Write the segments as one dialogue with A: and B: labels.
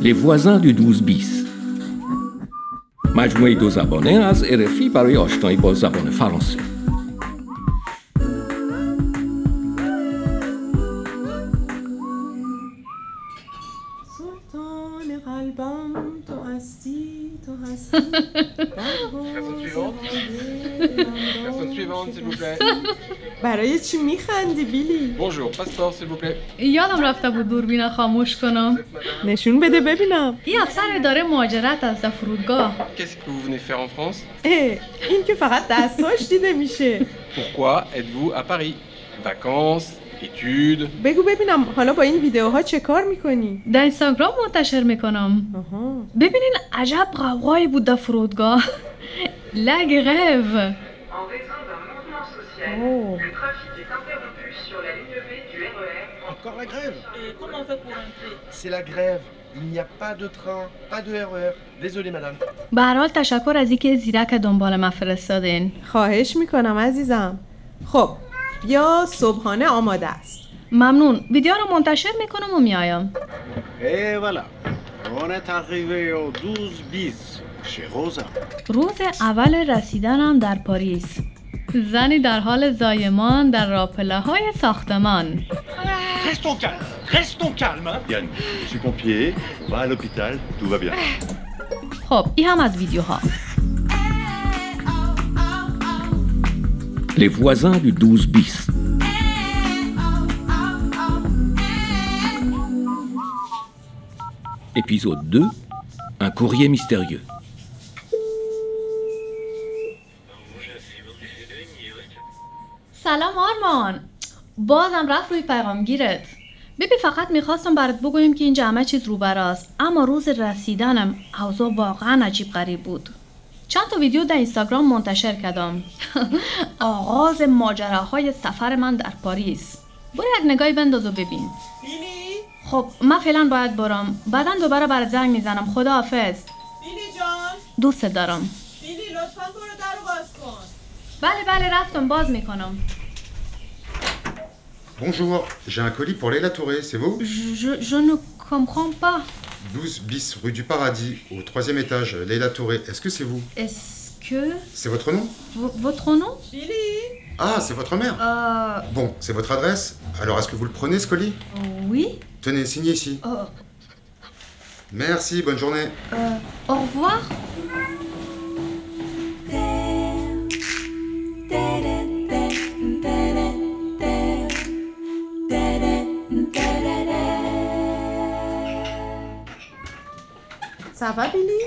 A: Les voisins du 12 بیست مجموعه دو زبانه از ارفی برای آشنایی با زبان فرانسه
B: سلطان قلبم تو هستی تو هستی
C: Personne suivante, s'il vous plaît.
B: برای چی میخندی بیلی؟
C: Bonjour, passeport, s'il vous plaît.
D: یادم رفته بود دوربین خاموش کنم
B: نشون بده ببینم
D: این افسر اداره مهاجرت از در فرودگاه
C: Qu'est-ce que vous venez faire en France
B: اه این که فقط دستاش دیده میشه
C: Pourquoi êtes-vous à Paris Vacances Études
B: بگو ببینم حالا با این ویدیوها چه کار میکنی؟
D: در اینستاگرام منتشر میکنم
B: آها
D: ببینین عجب قوقایی بود در فرودگاه لگ غیب
E: En raison d'un mouvement social,
B: اوه.
E: le trafic est interrompu sur la ligne B du E RER
F: Encore la grève C'est la grève. Il n'y a pas de train, pas de RER. Désolé, madame.
D: به هر حال تشکر از اینکه زیرک دنبال من فرستادین
B: خواهش میکنم عزیزم خب یا صبحانه آماده است
D: ممنون ویدیو رو منتشر میکنم و میایم
G: Et voilà, on est arrivé au 12 bis chez Rosa.
D: روز اول رسیدنم در پاریس زنی در حال زایمان در راپله های ساختمان
H: Restons calmes, restons calmes. hein.
I: Yann, je suis pompier, va à l'hôpital, tout va bien.
D: خب این هم از ویدیوها
A: Les voisins du 12 bis. Épisode 2. Un courrier mystérieux.
D: سلام آرمان بازم رفت روی پیغامگیرت ببین فقط میخواستم برات بگویم که اینجا همه چیز روبراست اما روز رسیدنم اوضاع واقعا عجیب غریب بود چند تا ویدیو در اینستاگرام منتشر کردم آغاز ماجراهای سفر من در پاریس برو یک نگاهی بنداز و ببین
B: بیلی
D: خب من فعلا باید برم بعدا دوباره برات زنگ میزنم خداحافظ
B: بیلی جان
D: دوست دارم
B: بیلی لطفا برو در باز کن
D: بله بله رفتم باز میکنم
J: Bonjour, j'ai un colis pour Léla Touré, c'est vous
D: Je, je ne comprends pas.
J: 12 bis rue du Paradis, au troisième étage, Léla Touré, est-ce que c'est vous
D: Est-ce que
J: C'est votre nom
D: v- votre nom
B: بیلی
J: Ah, c'est votre mère
D: Euh,
J: Bon, c'est votre adresse Alors est-ce que vous le prenez ce colis
D: oui.
J: Tenez, signez ici.
D: Euh,
J: Merci, bonne journée.
D: euh, au revoir.
B: سبب بیلی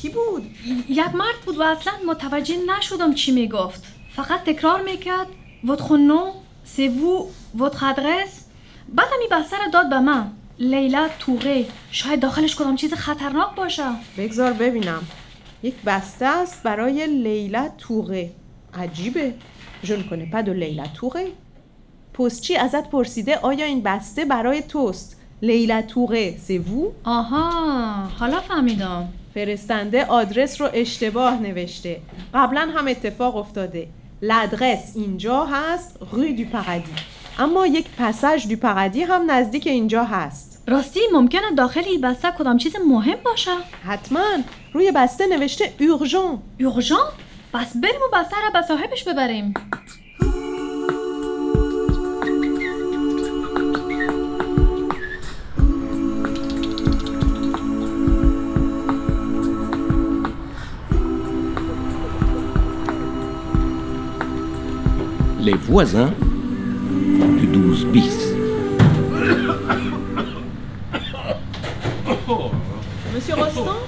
B: کی بود؟
D: یک مرد بود و اصلا متوجه نشدم چی میگفت فقط تکرار میکرد votre nom c'est vous votre adresse بعدم این بحثه را داد به من لیلا توره شاید داخلش کدام چیز خطرناک باشه
B: بگذار ببینم یک بسته است برای لیلا توغه عجیبه جون کنه پد و لیلا توغه پستچی ازت پرسیده آیا این بسته برای توست لیلا توغه سوو
D: آها حالا فهمیدم
B: فرستنده آدرس رو اشتباه نوشته قبلا هم اتفاق افتاده لدرس اینجا هست روی دو پقدی اما یک پسج دو پقدی هم نزدیک اینجا هست
D: راستی ممکنه داخل این بسته کدام چیز مهم باشه
B: حتما روی بسته نوشته اورژان
D: یورژان پس بریم و بسته را به صاحبش ببریم
A: Les voisins du 12 bis.
B: Monsieur Rostand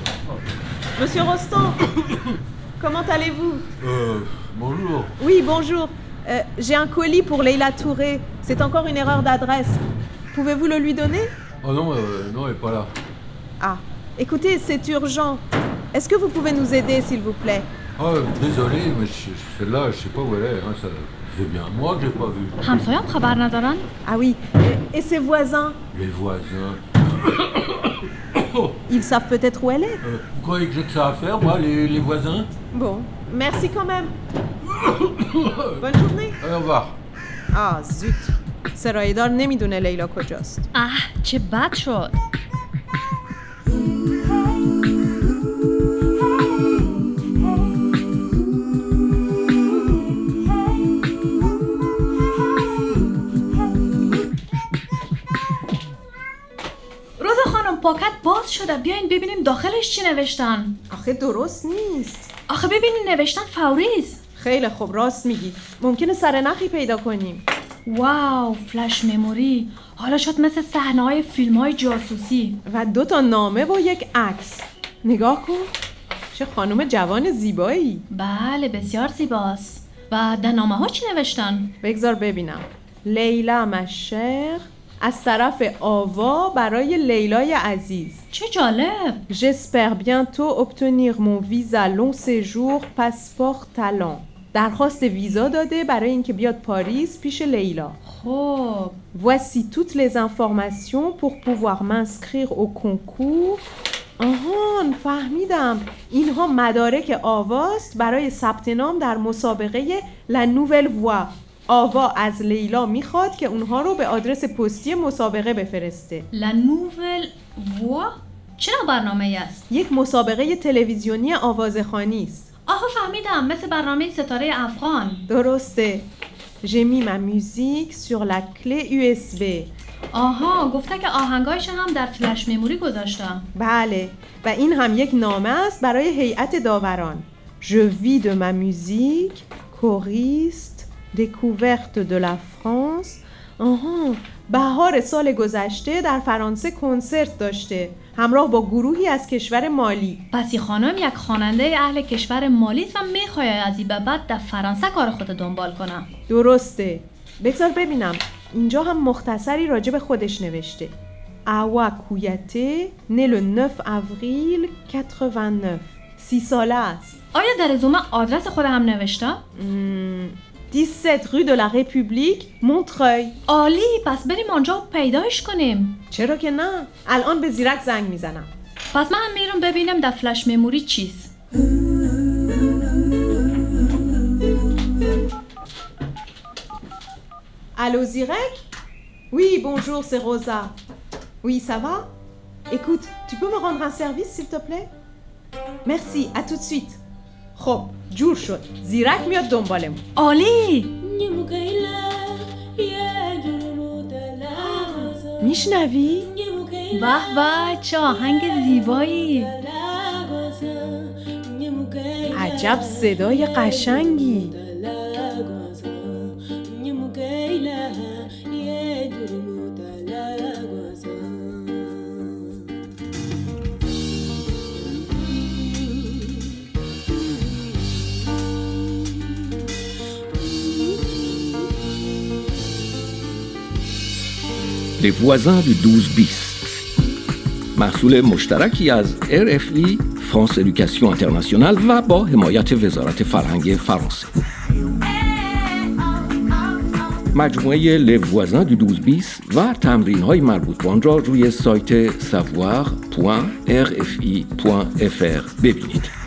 B: Monsieur Rostand Comment allez-vous
K: Euh, bonjour.
B: Oui, bonjour. Euh, J'ai un colis pour Leila Touré. C'est encore une erreur d'adresse. Pouvez-vous le lui donner
K: Oh non, euh, non, elle est pas là.
B: Ah, écoutez, c'est urgent. Est-ce que vous pouvez nous aider, s'il vous plaît
K: Oh, désolé, mais je- celle-là, je sais pas où elle est. hein, ça- c'est bien moi que j'ai pas vu.
D: همسایم خبر ندارن
B: Ah oui, euh, et ses voisins
K: Les voisins.
B: Ils savent peut-être où elle est
K: Euh, vous croyez que j'ai que ça à faire, moi, les, les voisins
B: Bon, merci quand même. Bonne journée.
K: Allez, au revoir.
B: Ah, zut.
D: Ah,
B: سرایدار نمیدونه لیلا کجاست
D: اه چه بد شد پاکت باز شده بیاین ببینیم داخلش چی نوشتن
B: آخه درست نیست
D: آخه ببینین نوشتن فوریز
B: خیلی خب راست میگی ممکنه سرنخی پیدا کنیم
D: واو فلش مموری حالا شد مثل صحنه های فیلم های جاسوسی
B: و دو تا نامه و یک عکس نگاه کن چه خانم جوان زیبایی
D: بله بسیار زیباست و در نامه ها چی نوشتن؟
B: بگذار ببینم لیلا مشق از طرف آوا برای لیلای عزیز
D: چه جالب
B: J'espère bientôt obtenir mon visa long séjour passeport talent درخواست ویزا داده برای اینکه بیاد پاریس پیش لیلا
D: خب
B: Voici toutes les informations pour pouvoir m'inscrire au concours آهان فهمیدم اینها مدارک آواست برای ثبت نام در مسابقه La Nouvelle Voix آوا از لیلا میخواد که اونها رو به آدرس پستی مسابقه بفرسته
D: La Nouvelle Voix چه نوع برنامه است؟
B: یک مسابقه تلویزیونی آوازخانی است
D: آها فهمیدم مثل برنامه ستاره افغان
B: درسته J'ai mis ma musique sur la clé USB.
D: آها گفته که آهنگایشون هم در فلش مموری گذاشتم
B: بله و این هم یک نامه است برای هیئت داوران Je vis de ma musique, choriste, découverte de la France آها بهار سال گذشته در فرانسه کنسرت داشته همراه با گروهی از کشور مالی
D: پس این خانم یک خواننده اهل کشور مالی است و میخوای از این به بعد در فرانسه کار خود دنبال کنم
B: درسته بگذار ببینم اینجا هم مختصری راجع به خودش نوشته Awa Kouyaté, née le 9 avril 89. سی ساله است.
D: آیا در زومه آدرس خود هم نوشته؟
B: مم، 17 Hmm. rue de la République, Montreuil.
D: عالی پس بریم آنجا و پیدایش کنیم
B: چرا که نه؟ الان به زیرک زنگ میزنم.
D: پس من هم میرم ببینم در فلش مموری چیست
B: Allô Zirek Oui, bonjour, c'est Rosa. Oui, ça va Écoute, tu peux me rendre un service, s'il te plaît Merci, à tout de suite. خب جور شد زیرک میاد دنبالمون
D: عالی
B: میشنوی؟
D: به به چه آهنگ زیبایی
B: عجب صدای قشنگی
A: Les voisins du 12 bis محصول مشترکی از RFI فرانس Education اینترنشنال و با حمایت وزارت فرهنگ فرانسه مجموعه لوازن دو دوز بیس و تمرین های مربوط به آن را روی سایت savoir.rfi.fr ببینید.